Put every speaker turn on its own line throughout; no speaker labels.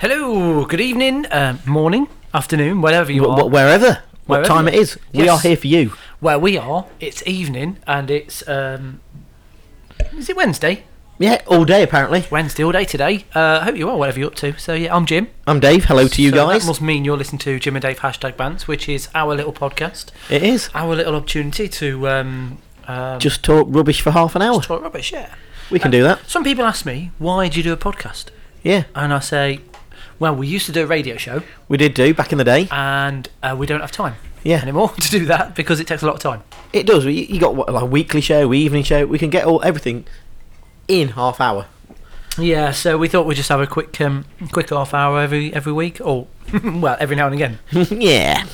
Hello, good evening, uh, morning, afternoon, whatever you
Wh-
are.
wh- wherever, what
Oh. Wherever.
time it is, we
Yes.
are here for you.
Where we are, it's evening and it's. Um, is it Wednesday?
Yeah, all day apparently.
Wednesday all day today. Uh, I hope you are, whatever you're up to. So, yeah, I'm Jim.
I'm Dave. Hello to you
So
guys.
That must mean you're listening to Jim and Dave hashtag bands, which is our little podcast,
It is
our little opportunity to um, um,
just talk rubbish for half an hour.
talk rubbish, yeah.
We can do that.
Some people ask me, why do you do a podcast?
Yeah,
And I say, well, we used to do a radio show
we did do back in the day.
and uh, we don't have time
Yeah,
anymore to do that because it takes a lot of time.
it does. You, you got what, like a weekly show, evening show. We can get all everything in half hour.
Yeah, so we thought we'd just have a quick, um, quick half hour every every week, or well, every now and again.
yeah,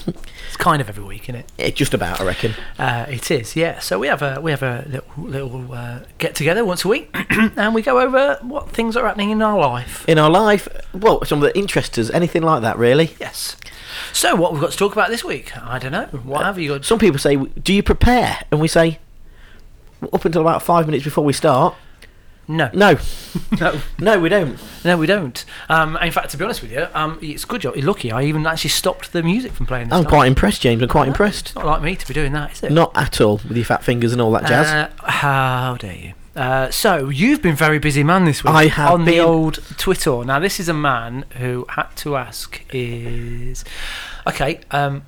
It's kind of every week, isn't it?
Yeah, just about. I reckon.
Uh, it is, yeah. So we have a we have a little little uh, get together once a week, and we go over what things are happening in our life.
In our life, well, some of the interests us, anything like that, really.
Yes. So what we've got to talk about this week? I don't know. What have you got?
Some people say, "Do you prepare?" And we say, "Up until about five minutes before we start."
No,
No,
no,
no, we don't.
no, we don't. Um, in fact, to be honest with you, um, it's good you're you're lucky. I even actually stopped the music from playing. This
I'm
time.
quite impressed, James. I'm quite impressed.
It's not like me to be doing that, is it?
Not at all with your fat fingers and all that jazz.
Uh, how dare you? Uh, so you've been very busy, man, this week.
I have
on the
been.
old Twitter. Now this is a man who had to ask: Is okay? Um,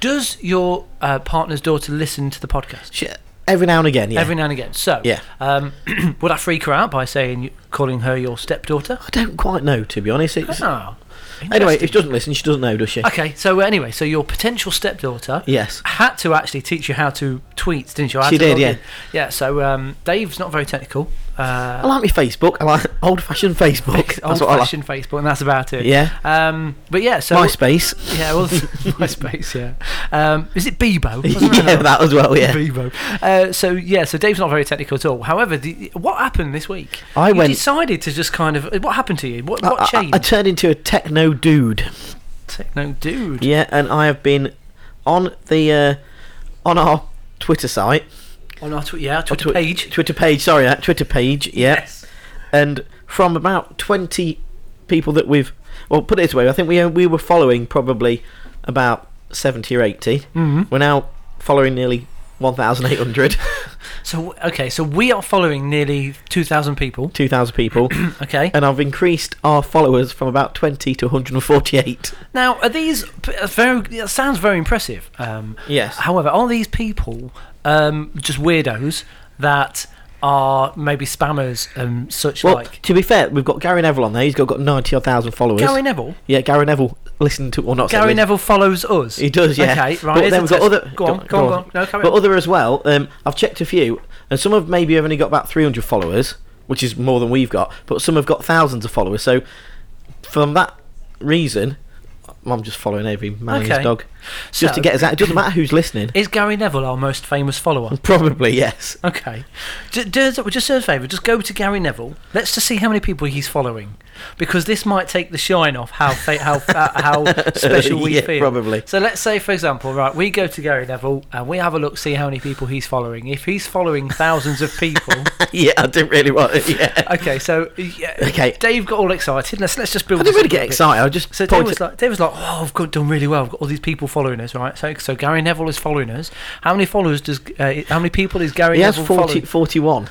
does your uh, partner's daughter listen to the podcast
Sh every now and again, yeah.
every now and again? So
Yeah.
um, would I freak her out by saying calling her your stepdaughter?
I don't quite know, to be honest. It's,
Oh,
anyway, if
interesting.
she doesn't listen, she doesn't know, does she?
okay. So uh, anyway, so your potential stepdaughter
Yes.
had to actually teach you how to tweet, didn't you? I had
She
to
did,
log
yeah.
in. Yeah. So um, Dave's not very technical.
I
Uh,
like my Facebook. I like old-fashioned Facebook. Oh, That's what I like.
old-fashioned Facebook, and that's about it.
Yeah.
Um, but yeah, so
MySpace.
yeah, well, MySpace. Yeah. Um, is it Bebo? Wasn't it
yeah,
another-
that as well. Yeah.
Bebo. Uh, so yeah, so Dave's not very technical at all. However, the, what happened this week?
I
you
went-
decided to just kind of. What happened to you? What,
I,
what
I-
changed?
I turned into a techno dude.
Techno dude.
Yeah, and I have been on the uh, on our Twitter site,
On our tw- yeah, our Twitter
Twi-
page.
Twitter page. Sorry, that Twitter page. Yeah.
Yes.
and from about 20 people that we've well put it this way i think we uh, we were following probably about 70 or 80
Mm-hmm.
mm we're now following nearly 1800
So okay, so we are following nearly two thousand people.
2000 people
Okay.
and i've increased our followers from about 20 to 148
Now, are these p- uh, very? That sounds very impressive. Um,
Yes.
However, are these people um, just weirdos that are maybe spammers and such
well
like?
to be fair we've got gary neville on there he's got, got 90 odd thousand followers
Gary Neville.
yeah gary neville listened to or not said
Gary
listen-
Neville follows us.
He does, yeah.
Okay, right.
But
here's
then
a
we've got
test.
other.
Go on, go, on, go on. No, carry
But
on.
other as well. Um, I've checked a few, and some have maybe only got about 300 followers, which is more than we've got. But some have got thousands of followers. So, from that reason, I'm just following every man and
Okay.
his dog, just
So-
to get us out. It doesn't matter who's listening.
Is Gary Neville our most famous follower?
Probably yes.
Okay. Ju- do us- Just do us a favour. Just go to Gary Neville. Let's just see how many people he's following, because this might take the shine off how fa- how uh, how special we
Yeah,
feel.
probably.
So let's say, for example, right, we go to Gary Neville and we have a look, see how many people he's following. If he's following thousands of people,
yeah, I didn't really want. It. Yeah.
okay. So yeah,
Okay.
Dave got all excited. Let's let's just build.
I didn't
this
really
up a
get
bit.
excited. I just
So Dave
pointed-
was like, Dave was like, oh, I've got, done really well. I've got all these people following us, right? So, so Gary Neville is following us. How many followers does? Uh, how many people is Gary
he has
Neville
40,
following?
41.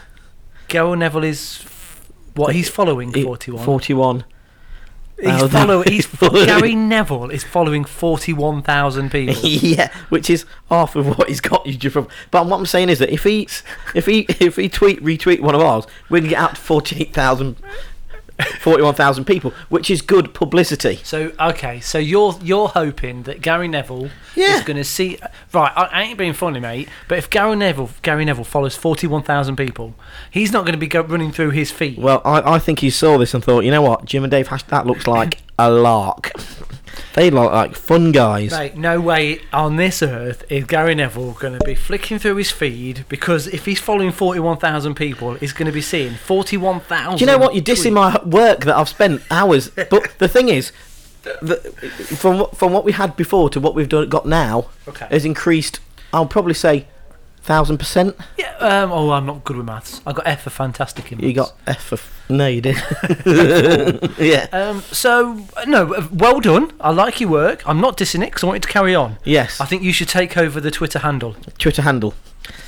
Gary Neville is f- what he's following
He-
41. he's
41. Oh,
follow,
that-
he's fo- Gary Neville is following 41,000 people.
yeah, which is half of what he's got you just from. But what I'm saying is that if he, if he, if he tweet retweet one of ours, we can get out to 48,000, 41,000 people, which is good publicity.
So okay, so you're you're hoping that Gary Neville
Yeah.
is going to see right. I, I ain't being funny, mate, but if Gary Neville Gary Neville follows forty one thousand people, he's not going to be go, running through his feed.
Well, I, I think he saw this and thought, you know what, Jim and Dave, hash, that looks like a lark. They look like fun guys.
Mate, no way on this earth is Gary Neville going to be flicking through his feed because if he's following forty one thousand people, he's going to be seeing forty one thousand.
Do you know what? You're dissing my work that I've spent hours. But the thing is, the, from what- from what we had before to what we've done, got now,
Okay.
has increased. I'll probably say Thousand percent.
Yeah. Um, oh, I'm not good with maths. I got F for fantastic in maths.
You got F for f- no, you did. yeah.
Um, so uh, no, uh, well done. I like your work. I'm not dissing it 'cause I want you to carry on.
Yes.
I think you should take over the Twitter handle.
Twitter handle.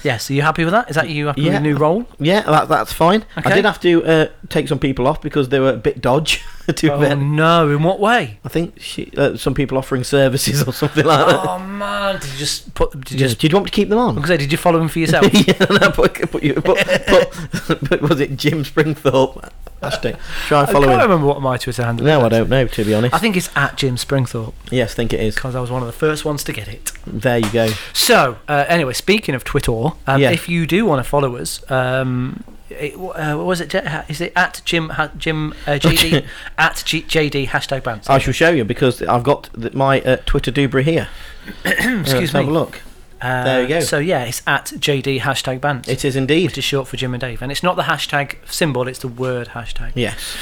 Yes. Are you happy with that? Is that you happy
Yeah.
with your new role?
Yeah, that, that's fine.
Okay.
I did have to uh, take some people off because they were a bit dodge. to be
Oh
fair.
no! In what way?
I think she, uh, some people offering services or something like that.
Oh man! Did you just put? Did you
Just,
just?
do you want me to keep them on?
Because did you follow him for yourself?
yeah, no, but, but, you, but, but, but was it Jim Springthorpe? Hashtag. Try and
I
follow
can't
him.
remember what my Twitter handle.
No, I
is.
don't know, to be honest.
I think it's at Jim Springthorpe
yes, think it is.
because I was one of the first ones to get it.
There you go.
So, uh, anyway, speaking of Twitter, um,
Yeah.
if you do want to follow us, um, it, uh, what was it? Je- ha- Is it at Jim ha- Jim uh, JD at G- JD hashtag bands?
I shall show you because I've got the, my uh, Twitter doobry here.
Excuse
Let's Have a
me.
look.
Uh,
There you go.
So yeah, it's at JD hashtag bands.
It is indeed.
which is short for Jim and Dave, and it's not the hashtag symbol; it's the word hashtag.
Yes.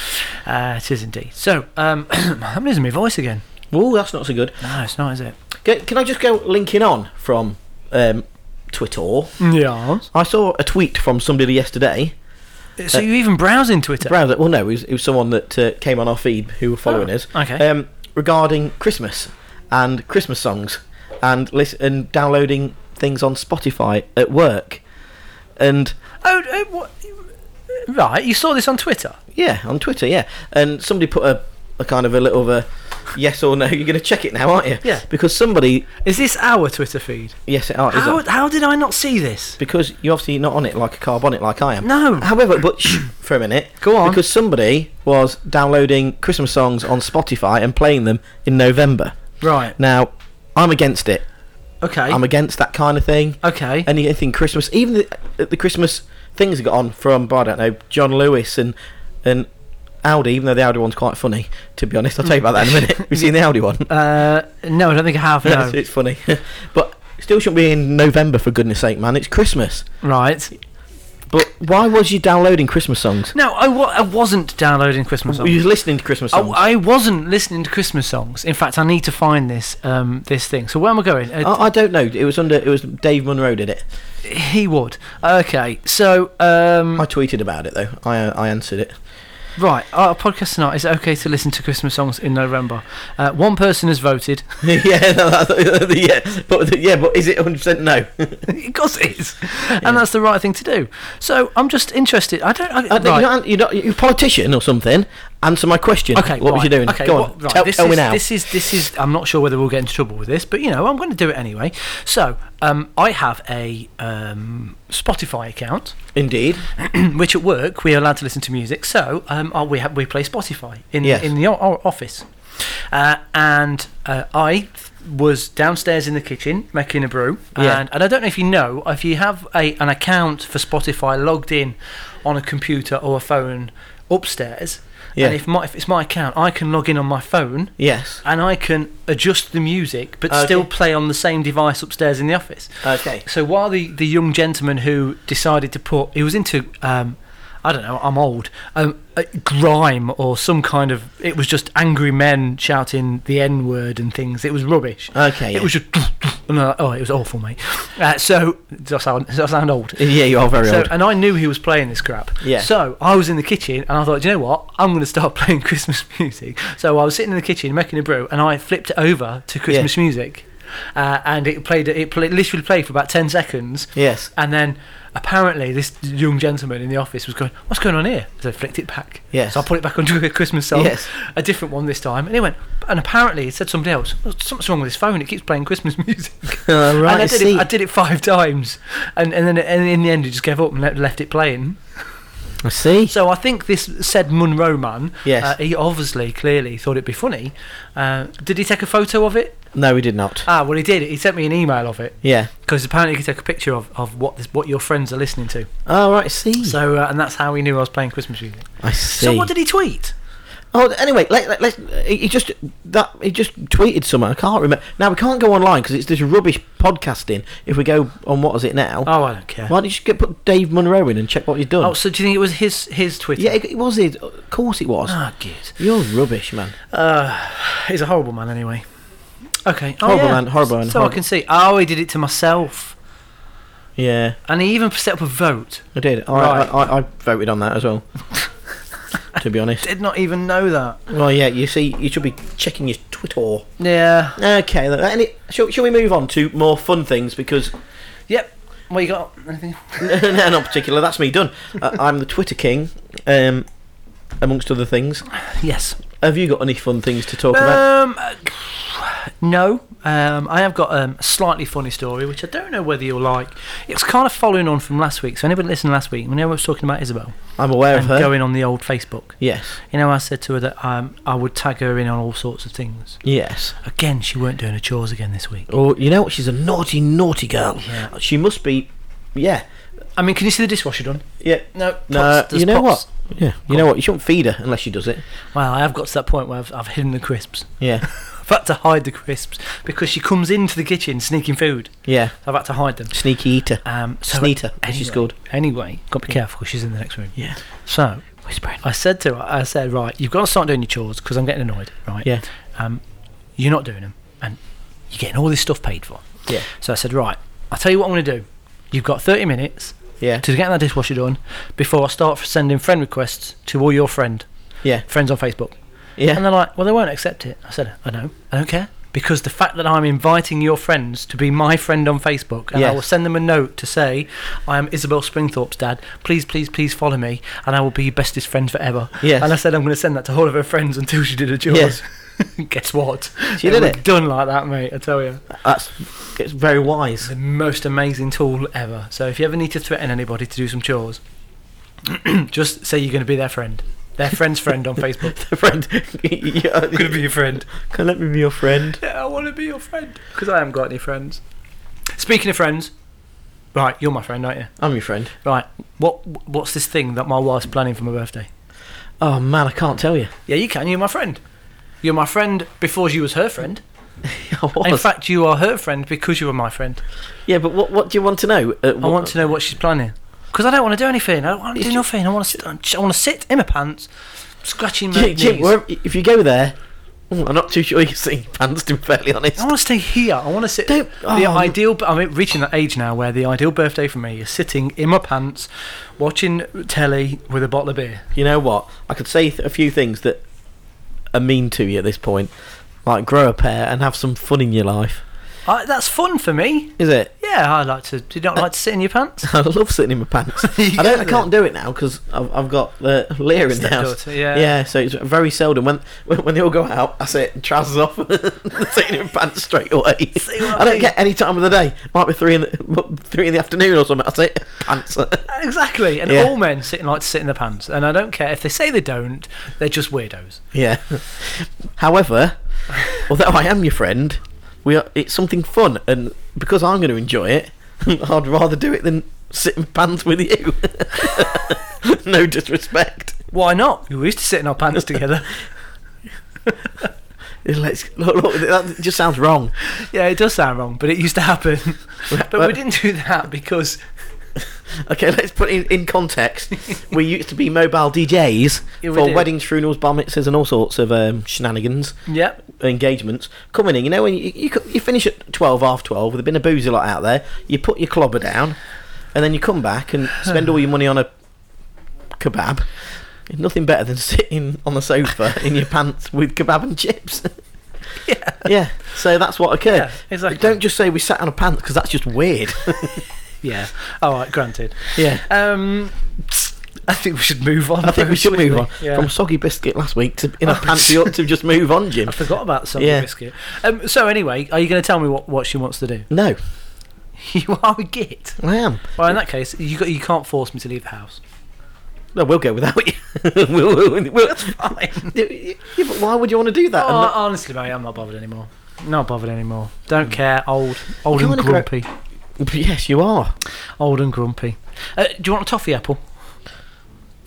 Uh, it is indeed. So um, I'm losing my voice again.
Well, that's not so good.
No, it's not, is it?
Can, can I just go linking on from um, Twitter?
Yeah.
I saw a tweet from somebody yesterday.
So you even browsing Twitter?
Browser. Well, no, it was, it was someone that uh, came on our feed who were following
Oh,
us.
okay.
Um, regarding Christmas and Christmas songs and listen, and downloading things on Spotify at work. And
Oh, oh, what? right. You saw this on Twitter.
yeah, on Twitter, yeah. And somebody put a, a kind of a little of a yes or no. You're going to check it now, aren't you?
Yeah.
Because somebody,
Is this our Twitter feed?
yes, it are, is
How,
it?
how did I not see this?
Because you're obviously not on it like a carbonic like I am.
No.
However, but shh, for a minute.
Go on.
Because somebody was downloading Christmas songs on Spotify and playing them in November.
Right.
Now, I'm against it.
Okay.
I'm against that kind of thing.
okay.
Anything Christmas, even the, the Christmas things that got on from, I don't know, John Lewis and and Audi. Even though the Audi one's quite funny, to be honest, I'll tell you about that in a minute. We've seen the Audi one.
Uh, no, I don't think I have. No.
it's funny, but it still shouldn't be in November for goodness sake, man. It's Christmas.
right.
But why was you downloading Christmas songs?
No, I wa- I wasn't downloading Christmas
Were you
songs.
listening to Christmas
I,
songs?
I wasn't listening to Christmas songs. In fact, I need to find this um, this thing. So where am I going? Uh,
I, I don't know. It was under. It was Dave Munro did it.
he would. Okay. So um,
I tweeted about it though. I uh, I answered it.
right, our podcast tonight is it okay to listen to Christmas songs in November? Uh, one person has voted.
yeah, no, that's, yeah, but yeah, but is it 100 percent no?
of course it is, and that's the right thing to do. So I'm just interested. I don't. I,
I think
right.
Uh, you're, not, you're, not, you're a politician or something. Answer my question.
Okay,
what was
right,
you doing?
Okay,
Go
what-
on,
right,
tell,
this
tell
is,
me now.
This is this is. I'm not sure whether we'll get into trouble with this, but you know, I'm going to do it anyway. So, um, I have a um, Spotify account,
Indeed,
which at work we are allowed to listen to music. So, um, uh, we have, we play Spotify in
Yes.
in the o- o- office, uh, and uh, I was downstairs in the kitchen making a brew,
Yeah.
and and I don't know if you know if you have a an account for Spotify logged in on a computer or a phone upstairs.
Yeah.
And if my if it's my account, I can log in on my phone
yes.
and I can adjust the music, but
Okay.
still play on the same device upstairs in the office.
Okay.
So while the, the young gentleman who decided to put, he was into, um, I don't know, I'm old, um, uh, grime or some kind of, it was just angry men shouting the N word and things. It was rubbish.
Okay.
It was just, and I- oh, it was awful, mate. Uh, so, does I sound, does I sound old?
yeah. yeah, you are very
So, uh,
old.
and I knew he was playing this crap.
Yeah.
So I was in the kitchen and I thought, Do you know what? I'm going to start playing Christmas music. So I was sitting in the kitchen making a brew and I flipped it over to Christmas music, uh, and it played. It played, literally played for about ten seconds.
Yes.
And then apparently this young gentleman in the office was going, "What's going on here?" So I flicked it back.
Yes.
So I put it back onto a Christmas song,
Yes.
a different one this time, and he went. And apparently, it said somebody else. Something's wrong with his phone. It keeps playing Christmas music.
Uh, right,
and I
I
did
see.
it. I did it five times, and and then and in the end, he just gave up and le- left it playing.
I see.
So I think this said Munro man.
Yes.
Uh, he obviously, clearly thought it'd be funny. Uh, did he take a photo of it?
No, we did not.
Ah, well, he did. He sent me an email of it
Yeah.
because apparently you can take a picture of, of what this what your friends are listening to.
Oh, right. I see.
So uh, and that's how he knew I was playing Christmas music.
I see.
So what did he tweet?
Oh, anyway, let, let, let, he just that he just tweeted something. I can't remember. Now we can't go online because it's this rubbish podcasting. If we go on, what is it now?
Oh, I don't care.
Why don't you just get, put Dave Munro in and check what he's done?
Oh, so do you think it was his his Twitter?
yeah, it, it was his. Of course, it was.
Ah, good.
You're rubbish, man.
Uh, he's a horrible man anyway. Okay. Oh,
Horrible
yeah.
man, horrible man,
So I
horrible.
can see. Oh, he did it to myself.
Yeah,
and he even set up a vote.
I did. I,
Right.
I, I, I voted on that as well. to be honest.
Did not even know that.
Well, yeah. You see, you should be checking your Twitter.
Yeah.
Okay. then, Any, shall, shall we move on to more fun things? Because
Yep. What you got? Anything?
no, not particular. That's me done. Uh, I'm the Twitter king, um, amongst other things.
Yes.
Have you got any fun things to talk about?
Um. uh, No. Um. I have got um, a slightly funny story, which I don't know whether you'll like. It's kind of following on from last week. So anybody listening last week, we know I was talking about Isabel
I'm aware of
and
her.
going on the old Facebook.
Yes.
You know, I said to her that um, I would tag her in on all sorts of things.
Yes.
Again, she weren't doing her chores again this week.
Or you know what? She's a naughty, naughty girl.
Yeah.
She must be. Yeah.
I mean, can you see the dishwasher done?
Yeah.
No.
No.
Pots, there's
You know
pots.
what? Yeah. You know what? You shouldn't feed her unless she does it.
Well, I have got to that point where I've, I've hidden the crisps.
Yeah.
I've had to hide the crisps because she comes into the kitchen sneaking food.
Yeah.
I've had to hide them.
Sneaky eater.
Um, so
Sneeter, which is good.
Anyway, got to be careful because she's in the next room.
Yeah.
So
Whispering.
I said to her, I said, right, you've got to start doing your chores because I'm getting annoyed, right?
Yeah.
Um, you're not doing them and you're getting all this stuff paid for.
Yeah.
So I said, right, I'll tell you what I'm going to do. You've got 30 minutes
Yeah.
to get that dishwasher done before I start sending friend requests to all your friend
Yeah.
friends on Facebook. And
Yeah.
they're like, well, they won't accept it. I said, I know, I don't care. Because the fact that I'm inviting your friends to be my friend on Facebook, and I
Yes.
will send them a note to say, I am Isabel Springthorpe's dad. Please, please, please follow me, and I will be your bestest friend forever.
Yes.
And I said, I'm going to send that to all of her friends until she did her chores. Guess what?
She did
was
it.
Done like that, mate. I tell you,
That's. It's very wise.
the most amazing tool ever. So if you ever need to threaten anybody to do some chores, just say you're going to be their friend, their friend's friend on Facebook.
friend. yeah.
Going to be your friend.
Can let me be your friend.
Yeah, I want to be your friend. Because I haven't got any friends. Speaking of friends, right, you're my friend, aren't you?
I'm your friend.
Right, what what's this thing that my wife's planning for my birthday?
Oh man, I can't tell you.
Yeah, you can. You're my friend. You're my friend before you was her friend.
I was.
In fact, you are her friend because you were my friend.
yeah, but what what do you want to know? Uh,
I want to know what she's planning. Because I don't want to do anything. I don't want to
If
do
you-
nothing. I want to. St- I want to sit in my pants, scratching my
Jim, Jim
knees.
wherever, if you go there, Mm, I'm not too sure you can see pants. To be fairly honest,
I want to stay here. I want to sit.
Don't-
the
oh.
ideal. I'm reaching that age now where the ideal birthday for me is sitting in my pants, watching telly with a bottle of beer.
you know what? I could say th- a few things that are mean to you at this point, like grow a pair and have some fun in your life.
I, that's fun for me.
Is it?
Yeah, I like to. Do you not like to sit in your pants?
I love sitting in my pants.
You
I don't. I
can.
can't do it now because I've, I've got uh, Leah in the house.
Stepdaughter, yeah.
Yeah. So it's very seldom when when, when they all go out. I sit in trousers off, sitting in pants straight away.
See what I
I don't
mean?
get any time of the day. Might be three in the, three in the afternoon or something. I sit in pants.
Exactly. And
Yeah.
all men sit like to sit in their pants, and I don't care if they say they don't. They're just weirdos.
Yeah. However, although I am your friend, we are, it's something fun, and because I'm going to enjoy it, I'd rather do it than sit in pants with you. no disrespect.
Why not? We used to sit in our pants together.
It lets- look, look, that just sounds wrong.
Yeah, it does sound wrong, but it used to happen. But we didn't do that because
Okay, let's put it in, in context. we used to be mobile DJs
Yeah, we
for
did.
weddings, funerals, bar mitzvahs, and all sorts of um, shenanigans.
yeah,
engagements coming in. You know when you you, co- you finish at twelve, half twelve, with a been a boozy lot out there. You put your clobber down, and then you come back and spend all your money on a kebab. Nothing better than sitting on the sofa in your pants with kebab and chips.
yeah,
yeah, so that's what occurred.
Yeah, exactly.
Don't just say we sat on a pants because that's just weird.
yeah. All right, granted.
yeah.
Um, I think we should move on.
I think we should move on
Yeah. Oh,
from soggy biscuit last week to in a pants. You ought to just move on, Jim.
I forgot about something
Yeah.
biscuit. Um, so anyway, are you going to tell me what, what she wants to do?
No,
you are a git.
I am.
Well, in that case, you got, you can't force me to leave the house.
No, we'll go without you. we'll, we'll, we'll,
Fine.
Yeah, but why would you want to do that?
Oh, honestly, mate, I'm not bothered anymore. Mm. Not bothered anymore. Don't care. Old, old
You
and
wanna grow-
grumpy.
And- yes, you are.
Old and grumpy. Uh, do you want a toffee apple?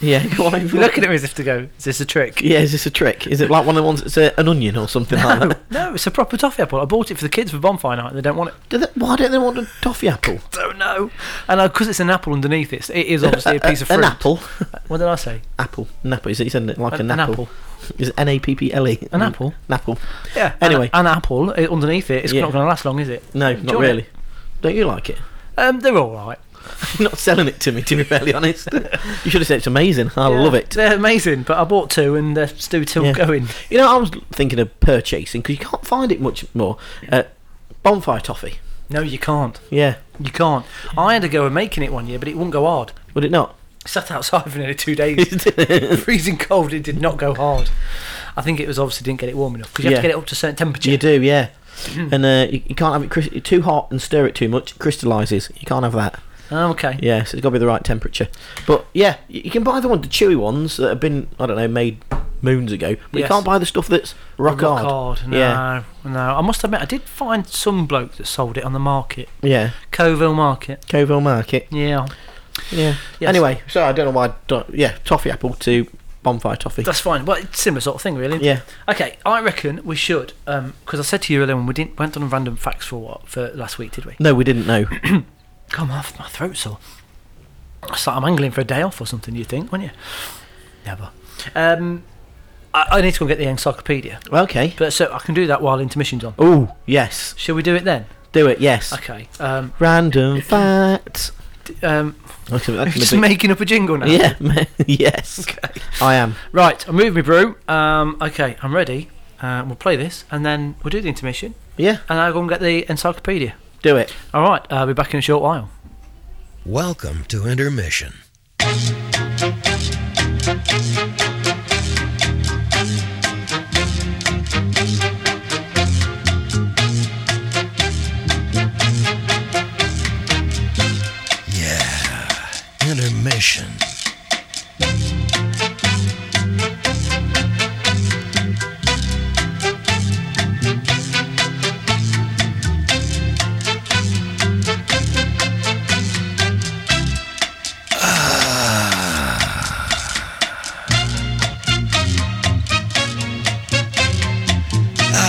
Yeah, go on.
You're looking at me as if to go. Is this a trick?
Yeah, is this a trick? Is it like one of the ones that's uh, an onion or something like that?
No, it's a proper toffee apple. I bought it for the kids for bonfire night. They don't want it.
Do they, why don't they want a toffee apple?
Don't know. And because it's an apple underneath it, it is obviously a piece of
an
fruit.
apple.
What did I say?
Apple. An apple. Is it, isn't it like
An-
an,
an
apple?
apple.
Is it N A P P L E?
An apple?
Apple.
Yeah.
Anyway.
an, an apple uh, underneath it. It's
Yeah.
not going to last long, is it?
No,
you
not
want it?
really. Don't you like it?
Um, they're all right.
You're not selling it to me, to be fairly honest. you should have said it's amazing. I
Yeah,
love it.
They're amazing, but I bought two and they're still still
Yeah.
going.
You know, I was thinking of purchasing because you can't find it much more. Uh, bonfire toffee.
No, you can't.
Yeah.
You can't. I had a go at making it one year, but it wouldn't go hard.
Would it not?
Sat outside for nearly two days, freezing cold. It did not go hard. I think it was obviously didn't get it warm enough because you have to
Yeah.
get it up to a certain temperature.
you do, yeah. and uh, you, you can't have it cris- too hot and stir it too much. Crystallizes. You can't have that.
Oh, okay.
Yeah, so it's got to be the right temperature. But yeah, y- you can buy the one the chewy ones that have been I don't know made moons ago. But
Yes.
you can't buy the stuff that's rock,
Rock
hard.
hard. No,
Yeah,
no. I must admit, I did find some bloke that sold it on the market,
yeah.
Coville Market.
Coville Market.
Yeah,
Yeah.
Yes.
Anyway, so I don't know why. I don't- yeah, toffee apple to bonfire toffee.
that's fine. Well, it's similar sort of thing, really.
yeah.
Okay, I reckon we should, because I said to you earlier when we didn't went on random facts for what for last week, did we?
No, we didn't know.
Come off, my throat's sore. It's like I'm angling for a day off or something. You think, wouldn't you? Never. Um, I, I need to go and get the encyclopedia,
okay.
but so I can do that while intermission's on.
Oh yes,
Shall we do it then?
do it. Yes.
Okay. Um,
Random facts.
d- um,
That's gonna- that's gonna
just
be-
making up a jingle now.
Yeah. yes. I am.
Right, I'm moving my brew. Um, okay, I'm ready. Uh, we'll play this, and then we'll do the intermission,
Yeah.
and I'll go and get the encyclopedia.
Do it.
All right, I'll be back in a short while.
Welcome to Intermission. Yeah, intermission. Ah.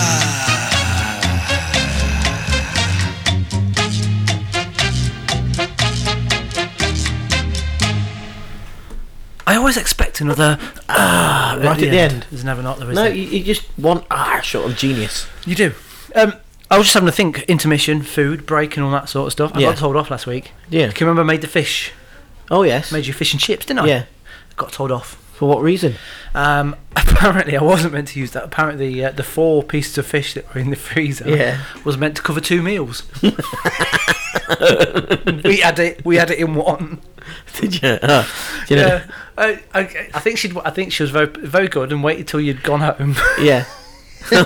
I always expect another ah
right at the end.
There's never not there is.
No,
there?
you, you just want ah sort of genius.
You do. Um, I was just having to think intermission, food, break, and all that sort of stuff. I
Yeah.
got told off last week.
Yeah.
Can you remember I made the fish?
Oh yes.
Made you fish and chips, didn't I?
Yeah.
Got told off.
For what reason?
Um, apparently, I wasn't meant to use that. Apparently, uh, the four pieces of fish that were in the freezer
Yeah.
was meant to cover two meals. we had it. We had it in one.
Did you? Uh, you know,
Yeah. I, I, I think she. I think she was very, very good and waited till you'd gone home.
yeah. yeah,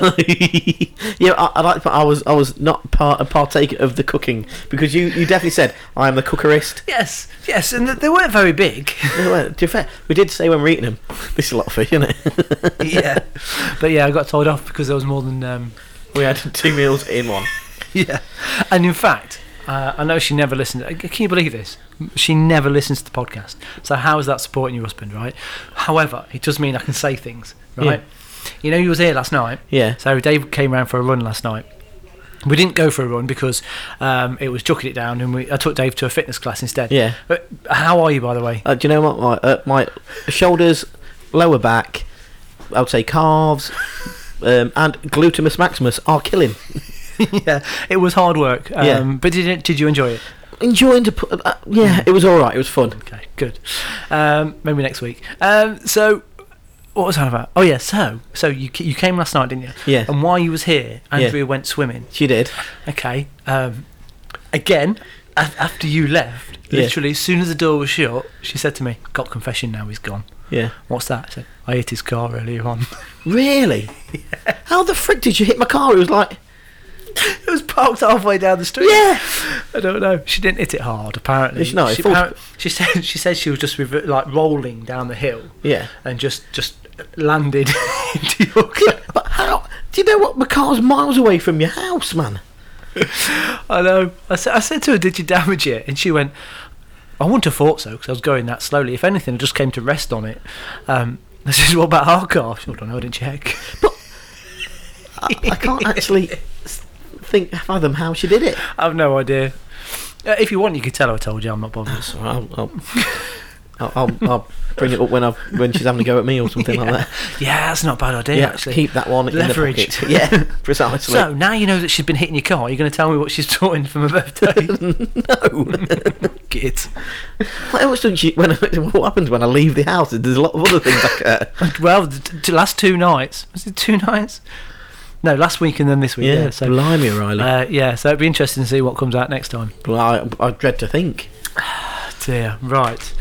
I, I like. the fact I was, I was not part a partaker of the cooking because you, you definitely said I am the cookerist.
yes, yes, and they weren't very big.
Yeah, well, to be fair, we did say when we were eating them, this is a lot of fish, isn't it?
yeah, but yeah, I got told off because there was more than. Um,
We had two meals in one.
yeah, and in fact, uh, I know she never listened. uh, Can you believe this? She never listens to the podcast. So how is that supporting your husband, right? However, it does mean I can say things, right? You know, you was here last night.
Yeah.
So Dave came round for a run last night. We didn't go for a run because um, it was chucking it down, and we, I took Dave to a fitness class instead.
Yeah.
Uh, How are you, by the way?
Uh, do you know what? My, uh, my shoulders, lower back, I would say calves, um, and glutamus maximus are killing.
yeah, it was hard work. Um,
Yeah.
But did it, did you enjoy it?
Enjoying to put. Uh, yeah, it was all right. It was fun.
Okay, good. Um, maybe next week. Um, so, what was I on about? Oh yeah, so so you ca- you came last night, didn't you?
Yeah.
And while you was here,
Yeah.
Andrea went swimming.
She did.
Okay. Um, again, af- after you left,
Yeah.
literally as soon as the door was shut, she said to me, "Got confession now. He's gone."
Yeah.
What's that? I said, "I hit his car earlier on."
Really? How the frick did you hit my car? It was like,
it was parked halfway down the street.
yeah.
I don't know. She didn't hit it hard. Apparently,
It's not,
She,
it falls-
apparent- she said she said she was just rever- like rolling down the hill.
Yeah.
and just just landed into your car.
But how? Do you know what? My car's miles away from your house, man.
I know. I said, I said to her, "Did you damage it?" And she went, "I wouldn't have thought so because I was going that slowly. If anything, I just came to rest on it." Um, I said, "What about our car?" She said, "I don't know. I didn't check."
I can't actually s- think, fathom how she did it.
I have no idea. Uh, if you want, you could tell her I told you. I'm not bothered.
I'll, I'll, I'll, I'll, I'll bring it up when I've when she's having a go at me or something like that.
Yeah, that's not a bad idea,
Yeah,
actually.
keep that one
Leverage.
in the pocket. Yeah, precisely.
so now you know that she's been hitting your car. You're going to tell me what she's sorting for my birthday? no, git.
What else don't you? When I, what happens when I leave the house? There's a lot of other things like uh,
Well, the t- t- last two nights was it two nights? No, last week and then this week. Yeah.
yeah,
so,
blimey, Riley.
uh, yeah. So it'd be interesting to see what comes out next time.
Bli- I, I dread to think.
Dear, right.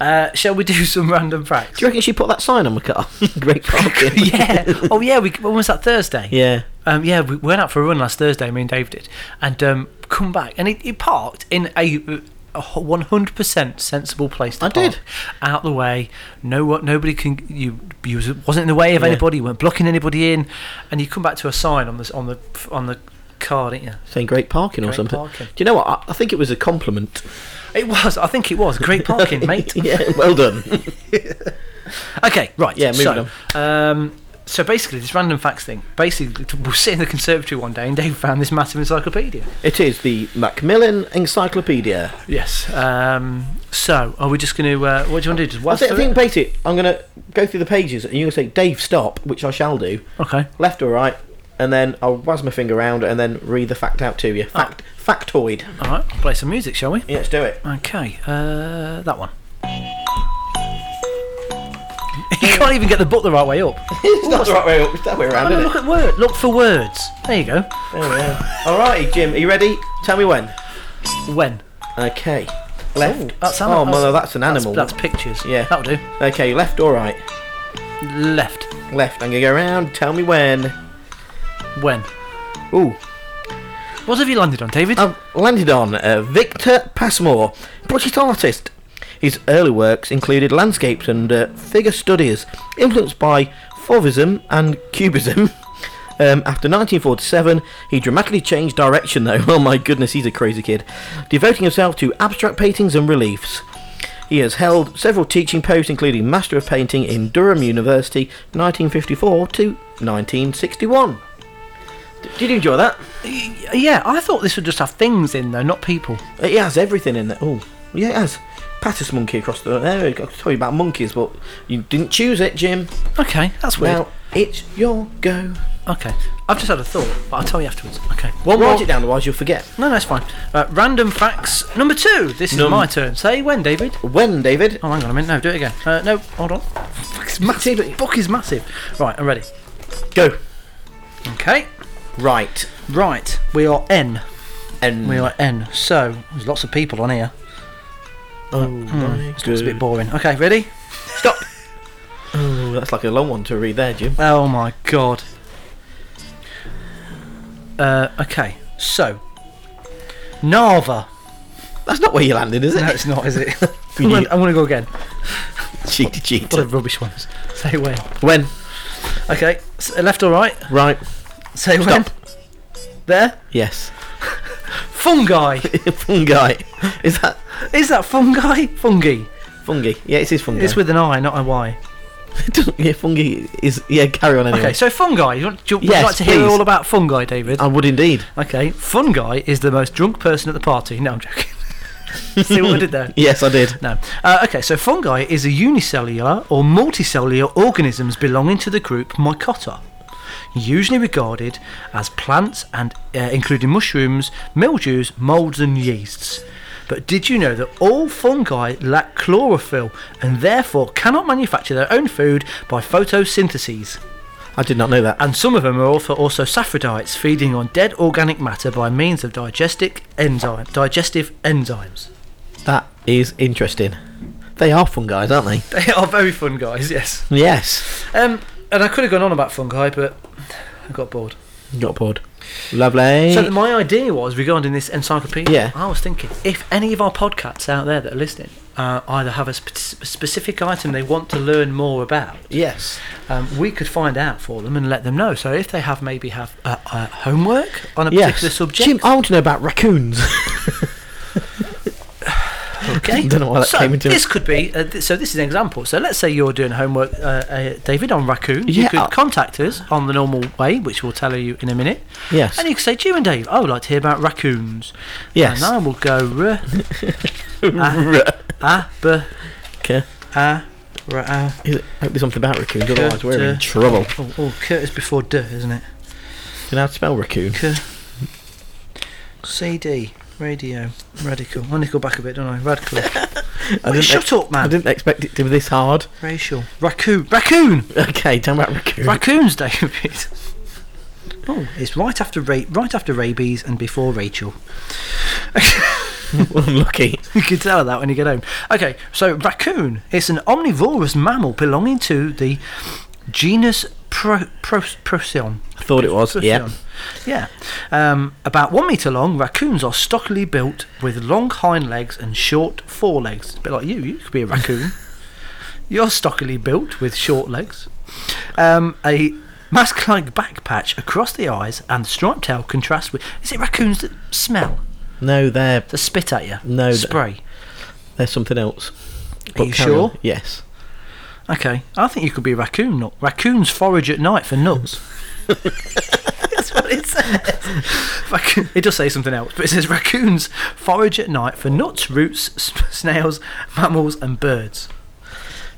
Uh, shall we do some random facts?
Do you reckon she put that sign on my car? Great parking.
yeah. Oh, yeah. We when was that Thursday?
yeah.
Um, yeah, we went out for a run last Thursday. Me and Dave did, and um, come back, and it, it parked in a. A one hundred percent sensible place. To
I
park.
did.
out the way. No, what nobody can. You, you was- wasn't in the way of
Yeah.
anybody. You weren't blocking anybody in, and you come back to a sign on this on the on the car, didn't you?
Saying great parking or
Great
something.
parking.
Do you know what? I, I think it was a compliment.
It was. I think it was great parking, mate.
yeah, well done.
Okay, right.
Yeah, moving
so, Um, so basically, this random facts thing. Basically, we were sitting in the conservatory one day, and Dave found this massive encyclopedia.
it is the Macmillan Encyclopedia.
Yes. Um, so, are we just going to? Uh, what do you want to do? Just
I
whilst
think, I
through
think basically, I'm going to go through the pages and you're going to say, Dave, stop, which I shall do,
it? Okay.
left or right, and then I'll waz my finger around and then read the fact out to you. Fact, Factoid.
All right. Play some music, shall we?
Yeah, let's do it.
Okay. Uh, that one. you can't even get the book the right way up.
it's not the right way, it's that way around,
Oh, no,
is
look
it?
at word. Look for words. There you go.
There we are. Alrighty, Jim, are you ready? Tell me when.
When.
Okay. Left.
That's
oh,
animal.
mother, that's an
That's,
animal.
that's pictures.
Yeah.
That'll do.
Okay, left or right?
Left.
Left. I'm going to go around. Tell me when.
When.
Ooh.
What have you landed on, David?
I've landed on uh, Victor Passmore, British artist. His early works included landscapes and uh, figure studies, influenced by Fauvism and Cubism. Um, after 1947, he dramatically changed direction, though. Oh my goodness, he's a crazy kid. Devoting himself to abstract paintings and reliefs. He has held several teaching posts, including Master of Painting in Durham University, 1954 to 1961. D- Did you enjoy that?
yeah, I thought this would just have things in though, not people.
It has everything in there. Oh, yeah, it has. Patter's monkey across the. There, I could tell you about monkeys, but you didn't choose it, Jim.
Okay, that's weird.
Now it's your go.
okay, I've just had a thought, but I'll tell you afterwards. Okay, one more.
Write it down, otherwise you'll forget.
No, that's fine. Uh, random facts number two. This is
Num-
my turn. Say when, David.
When, David?
Oh, hang on a minute. No, do it again. Uh, no, hold on. Fuck's massive. Book is massive. Right, I'm ready.
Go.
Okay.
Right.
Right, we are N.
And
We are N. So there's lots of people on here.
oh,
hmm. It's a bit boring. Okay, ready?
Stop. Oh, that's like a long one to read there, Jim.
Oh my god. Uh, okay, so Narva.
That's not where you landed, is it?
No, it's not, is it? I'm gonna I'm gonna go again.
Cheaty cheat.
What a rubbish one. Say when.
When?
Okay, s- left or right?
Right.
Say when.
Stop.
There.
Yes.
Fungi.
fungi. Is that
Is that fungi? Fungi.
fungi? Yeah, it is fungi.
It's with an I, not a Y.
yeah, fungi is. Yeah, carry on anyway.
Okay, so fungi. You want, do you, would you
Yes,
like to hear
please. Um,
all about fungi, David?
I would indeed.
okay, fungi is the most drunk person at the party. No, I'm joking. See what I did there?
Yes, I did.
No. Uh, okay, so fungi is a unicellular or multicellular organisms belonging to the group Mycota, usually regarded as plants and uh, including mushrooms, mildews, molds, and yeasts. But did you know that all fungi lack chlorophyll and therefore cannot manufacture their own food by photosynthesis?
I did not know that.
And some of them are also, also saphrodites, feeding on dead organic matter by means of digestic enzyme, digestive enzymes.
That is interesting. They are fun guys, aren't they?
They are very fun, guys. Yes.
Yes.
Um, and I could have gone on about fungi, but I got bored.
Got bored. Lovely.
So my idea was regarding this encyclopedia.
Eh. Yeah.
I was thinking if any of our podcasts out there that are listening uh, either have a spe- specific item they want to learn more about,
yes.
um, we could find out for them and let them know. So if they have maybe have uh, uh, homework on a
Yes.
particular subject,
Jim, I want to know about raccoons.
okay.
Don't know why that
so
came into
this could be uh, th- so. This is an example. So let's say you're doing homework, uh, uh, David, on raccoons. you
Yeah,
could
I-
contact us on the normal way, which we'll tell you in a minute.
yes.
And you can say, Jim and Dave, I would like to hear about raccoons.
Yes.
And I will go, r-
Ra-
ah, b-
Okay.
Ah, right, ah.
Is it, hope there's something about raccoons, otherwise we're in
Curta-
trouble. Do
Oh, oh, Kurt is before D, isn't it?
you know how to spell raccoon?
Cur- CD, radio, radical. I nickel back a bit, don't I? Radical. Wait,
didn't e-
shut up,
I
man.
didn't expect it to be this hard.
Racial. Raccoon. Raccoon!
Okay, tell me about raccoon.
Raccoons, David. Oh, it's right after ra- right after rabies and before Rachel.
Unlucky.
You can tell that when you get home. Okay, so raccoon. It's an omnivorous mammal belonging to the genus Pro- Pro- Procyon.
I thought it was. Yeah.
Yeah. Um, about one metre long, raccoons are stockily built with long hind legs and short forelegs. A bit like you, you could be a raccoon. You're stockily built with short legs. Um, a mask like back patch across the eyes and the striped tail contrasts with. Is it raccoons that smell?
No, they're
That spit at you?
No, th-
Spray.
they're something else.
you
carry on.
sure?
Yes.
Okay, I think you could be a raccoon. Nut. Raccoons forage at night for nuts. That's what it says. Raccoon- It does say something else, but it says raccoons forage at night for nuts, roots, s- snails, mammals, and birds.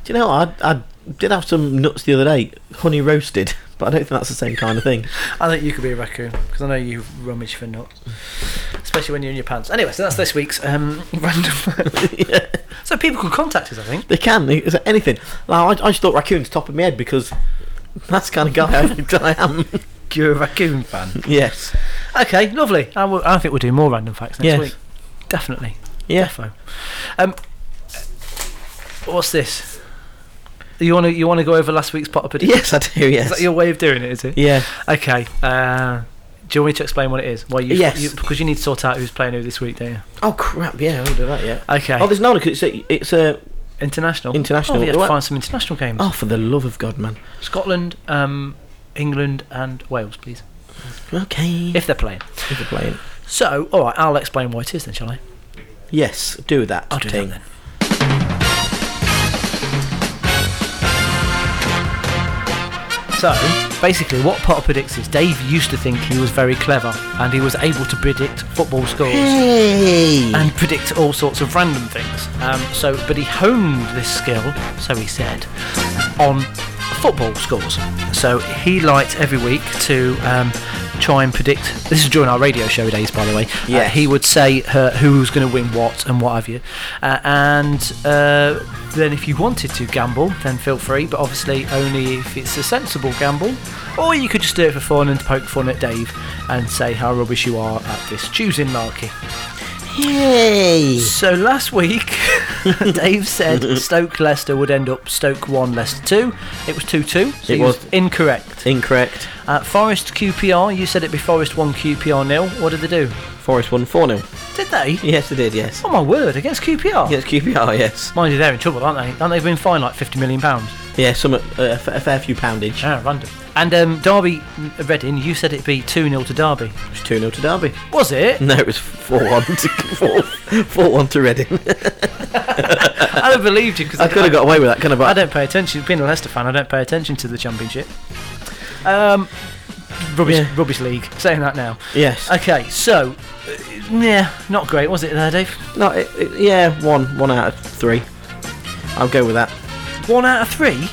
Do you know I I did have some nuts the other day, honey roasted, but I don't think that's the same kind of thing.
I think you could be a raccoon because I know you rummage for nuts, especially when you're in your pants. Anyway, so that's this week's um, random. So people could contact us, I think.
They can. they- Is there anything? Like, I, I just thought raccoons top of my head because that's the kind of guy I, think I am.
You're a raccoon fan.
Yes.
Okay, lovely. I, will, I think we'll do more random facts next
Yes.
week. Definitely.
Yeah.
Defo. Um, what's this? You want to you want to go over last week's pot of potato?
Yes, I do. Yes.
Is that your way of doing it? Is it?
yeah.
Okay. Uh, do you want me to explain what it is? Why you?
Yes.
you- Because you need to sort out who's playing who this week, don't you?
Oh crap! Yeah, I'll do that. Yeah.
Okay.
Oh, there's no because it's a, it's a
international.
international.
Oh, we have to
What?
find some international games.
oh for the love of God, man.
Scotland, um, England, and Wales, please,
Okay.
if they're playing.
If you're playing.
So, all right, I'll explain why it is then, shall I?
Yes, do that.
I'll do
thing.
that then. So, basically, what Potter predicts is Dave used to think he was very clever and he was able to predict football scores
Hey.
and predict all sorts of random things. Um, so, but he honed this skill, so he said, on football scores. So he liked every week to um, try and predict. This is during our radio show days, by the way. Uh,
Yes.
he would say uh, who was going to win what and what have you. Uh, and uh, then, if you wanted to gamble, then feel free, but obviously only if it's a sensible gamble. Or you could just do it for fun and poke fun at Dave and say how rubbish you are at this choosing larky.
Hey.
So last week, Dave said Stoke Leicester would end up Stoke 1, Leicester 2. It was 2 2. So
It
he
was.
incorrect.
Incorrect.
Uh, Forest QPR, you said it'd be Forest 1, QPR nil. What did they do?
Forest won 4 0.
Did they?
Yes, they did, yes.
Oh my word, against QPR.
Yes, QPR, yes.
Mind you, they're in trouble, aren't they? Aren't they been fined like £50 million?
Yeah, some, uh, a f- a fair few poundage.
Ah, random. And um, Derby Reading, you said it'd be 2 0 to Derby.
It was 2 0 to Derby.
Was it?
No, it was 4 1 to, 4, 4 1 to Reading.
I don't believe you because
I could have got away with that, kind of.
I
But
don't pay attention. Being a Leicester fan, I don't pay attention to the Championship. Um, rubbish,
Yeah.
rubbish league. Saying that now.
Yes.
Okay, so uh, yeah, not great, was it there, Dave?
no, it, it- yeah, 1 one out of 3. I'll go with that.
One out of three.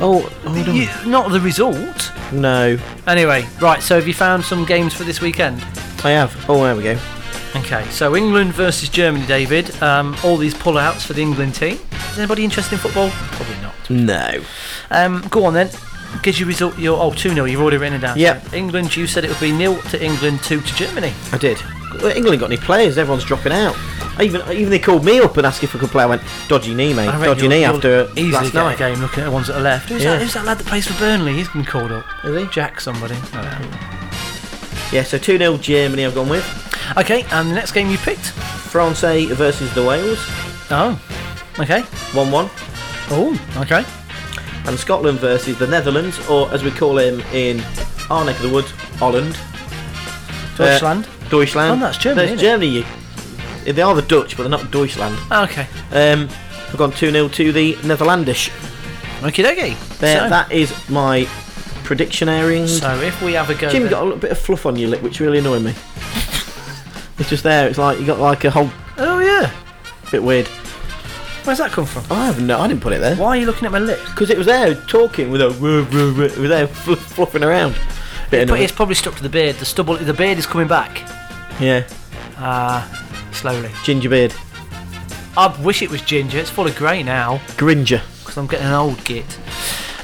Oh, hold on.
You- not the result.
No.
Anyway, right. So have you found some games for this weekend?
I have. Oh, there we go.
Okay, so England versus Germany, David. Um, all these pull-outs for the England team. Is anybody interested in football? Probably not.
No.
Um, go on then. Gives you result. Your oh 2 0 You've already written it down.
Yeah.
So England. You said it would be nil to England, two to Germany.
I did. Well, England got any players? Everyone's dropping out. I even even they called me up and asked if I could play. I went dodgy knee, mate.
I reckon
Dodgy
you'll-
knee
you'll
after
easily get
last
a
night.
game looking at the ones that are left. Who's,
Yeah.
that, who's that lad that plays for Burnley? He's been called up.
Is he?
Jack somebody. I don't know.
Yeah, so 2 0 Germany I've gone with.
Okay, and the next game you picked.
France versus the Wales,
Oh, okay.
1 1.
Oh, okay.
And Scotland versus the Netherlands, or as we call him in our neck of the woods, Holland.
Deutschland.
Uh, Deutschland.
Oh, that's Germany, isn't
There's
it?
Germany. you- yeah, They are the Dutch, but they're not Deutschland.
Ah, okay.
Um, I've gone 2 0 to the Netherlandish.
Okie dokie.
There,
so,
That is my prediction airing.
so if we have a go.
Jim, you
then-
got a little bit of fluff on your lip, which really annoyed me. it's just there. It's like you got like a whole
oh yeah.
bit weird.
Where's that come from?
Oh, I have no. I didn't put it there.
Why are you looking at my lips?
Because it was there talking with a woo, woo, woo, it was there fl- fluffing around. Bit
But
annoying.
it's probably stuck to the beard. The stubble, the beard is coming back Ah,
yeah,
slowly.
ginger beard,
I wish it was ginger. It's full of grey now
Gringer.
because I'm getting an old git.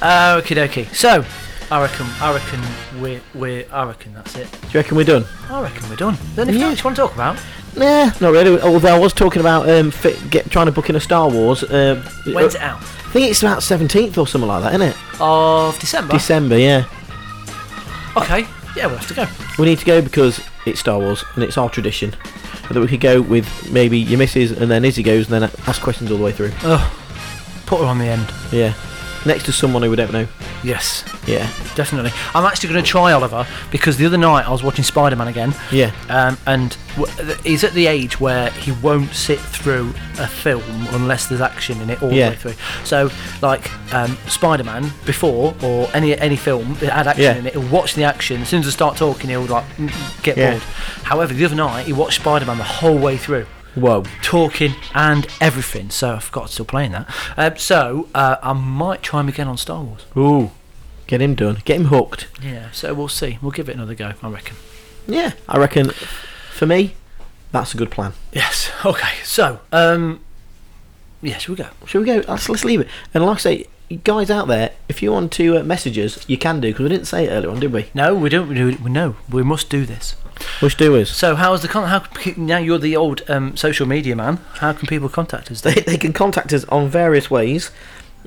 Uh, okie dokie. So, I reckon, I reckon we're, we're, I reckon that's it.
Do you reckon we're done?
I reckon we're done. Is there anything
Yeah.
else you want to talk about?
Nah, not really. Although I was talking about um, fit, get, trying to book in a Star Wars. Um,
When's it
uh,
out?
I think it's about seventeenth or something like that, isn't it?
Of December.
December. Yeah,
okay. Yeah, we'll have to go.
we need to go because it's Star Wars and it's our tradition. That we could go with maybe your missus and then Izzy goes and then ask questions all the way through.
Oh, put her on the end.
Yeah, next to someone who we don't know.
Yes,
Yeah,
definitely. I'm actually going to try Oliver because the other night I was watching Spider Man again.
yeah.
um, and w- th- he's at the age where he won't sit through a film unless there's action in it all
Yeah.
the way through. So, like um, Spider-Man before or any any film that had action
Yeah.
in it, he'll watch the action. As soon as I start talking, he'll like mm, mm, get
Yeah.
bored. However, the other night he watched Spider-Man the whole way through.
Whoa.
Talking and everything, so I forgot I'm still playing that. Um, so uh, I might try him again on Star Wars.
Ooh. Get him done. Get him hooked.
Yeah, so we'll see. We'll give it another go, I reckon.
Yeah, I reckon. For me, that's a good plan.
Yes. Okay. So, um, yeah, shall we go?
Shall we go? Let's, let's leave it. And like I say, you guys out there, if you want to uh, message us, you can do because we didn't say it earlier on, did we?
No, we don't. We, we no, we must do this.
Which do is
So, how is the con- how c- now you're the old um, social media man? How can people contact us?
they,
Then?
they can contact us on various ways.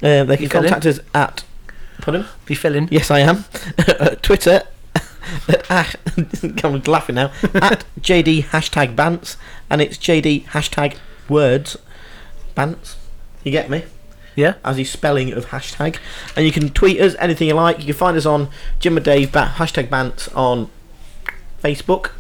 Um, they can
You fill in?
contact us at. Pardon?
Be filling.
Yes, I am. Twitter. at, ah, I'm laughing now. at JD hashtag Bants, and it's JD hashtag words. Bants. You get me?
Yeah.
as his spelling of hashtag. And you can tweet us anything you like. You can find us on Jim and Dave ba- hashtag Bant on Facebook.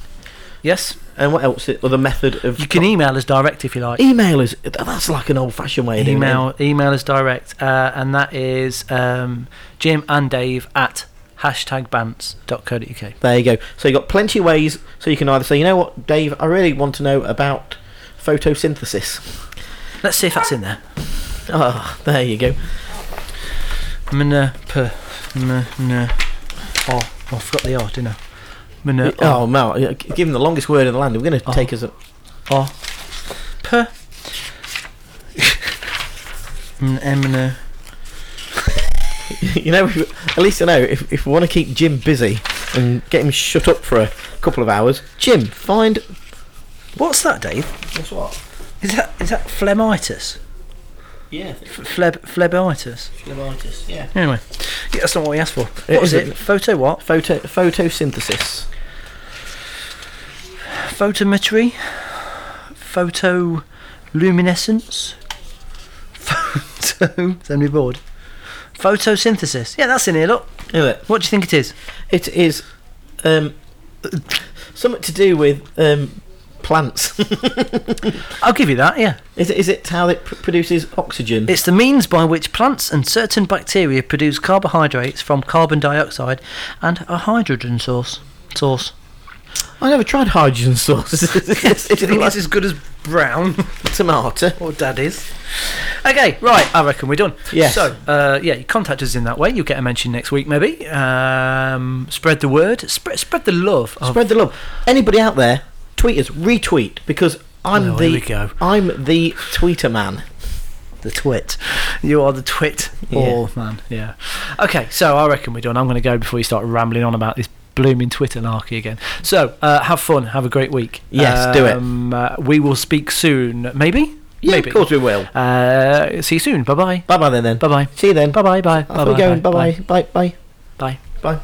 Yes.
And what else? Other method of
You can email us direct if you like.
email us. That's like an old-fashioned way of doing it.
Email email us direct, uh, and that is um, Jim and Dave at hashtagbants.co.uk.
There you go. So you got plenty of ways. So you can either say, you know what, Dave, I really want to know about photosynthesis.
Let's see if that's in there.
Oh, there you go.
Mna p mna. Oh, I forgot the R, didn't I? Mna. Oh.
Oh, Mel, yeah, g- give him the longest word in the land. We're going to
Oh.
take us. A,
or per an emina
you know, if, at least I know if, if we want to keep Jim busy and get him shut up for a couple of hours. Jim, find
what's that dave
Guess what?
is that is that phlegmitis
Yeah,
F- phleb phlebitis
phlebitis. Yeah.
anyway yeah, that's not what we asked for
It
what was
isn't.
it photo what
Photo photosynthesis.
photometry photoluminescence photo send me bored photosynthesis yeah that's in here look
Is it?
what do you think it is
It is um, something to do with um, plants.
i'll give you that yeah
is it? Is it how it pr- produces oxygen?
It's the means by which plants and certain bacteria produce carbohydrates from carbon dioxide and a hydrogen source. Source.
I never tried hydrogen sauce. it's it's like
as good as brown
tomato.
or daddy's. Okay, right. I reckon we're done.
Yes.
So, uh, yeah, you contact us in that way. You'll get a mention next week, maybe. Um, spread the word. Spread, spread the love. Of,
Spread the love. Anybody out there, tweet us, retweet because I'm
Oh,
the
here we go.
I'm the tweeter man.
the twit. You are the twit.
Yeah.
Oh man. Yeah. Okay, so I reckon we're done. I'm going to go before you start rambling on about this blooming Twitter larky again. So uh, have fun. Have a great week.
Yes, do it.
do it. Uh, we will speak soon. Maybe.
Yeah,
Maybe.
of course we will.
Uh, see you soon. Bye bye.
Bye bye then. Then
Bye bye.
See you then.
Bye bye. Bye.
Off we going. Bye bye. Bye bye.
Bye.
Bye.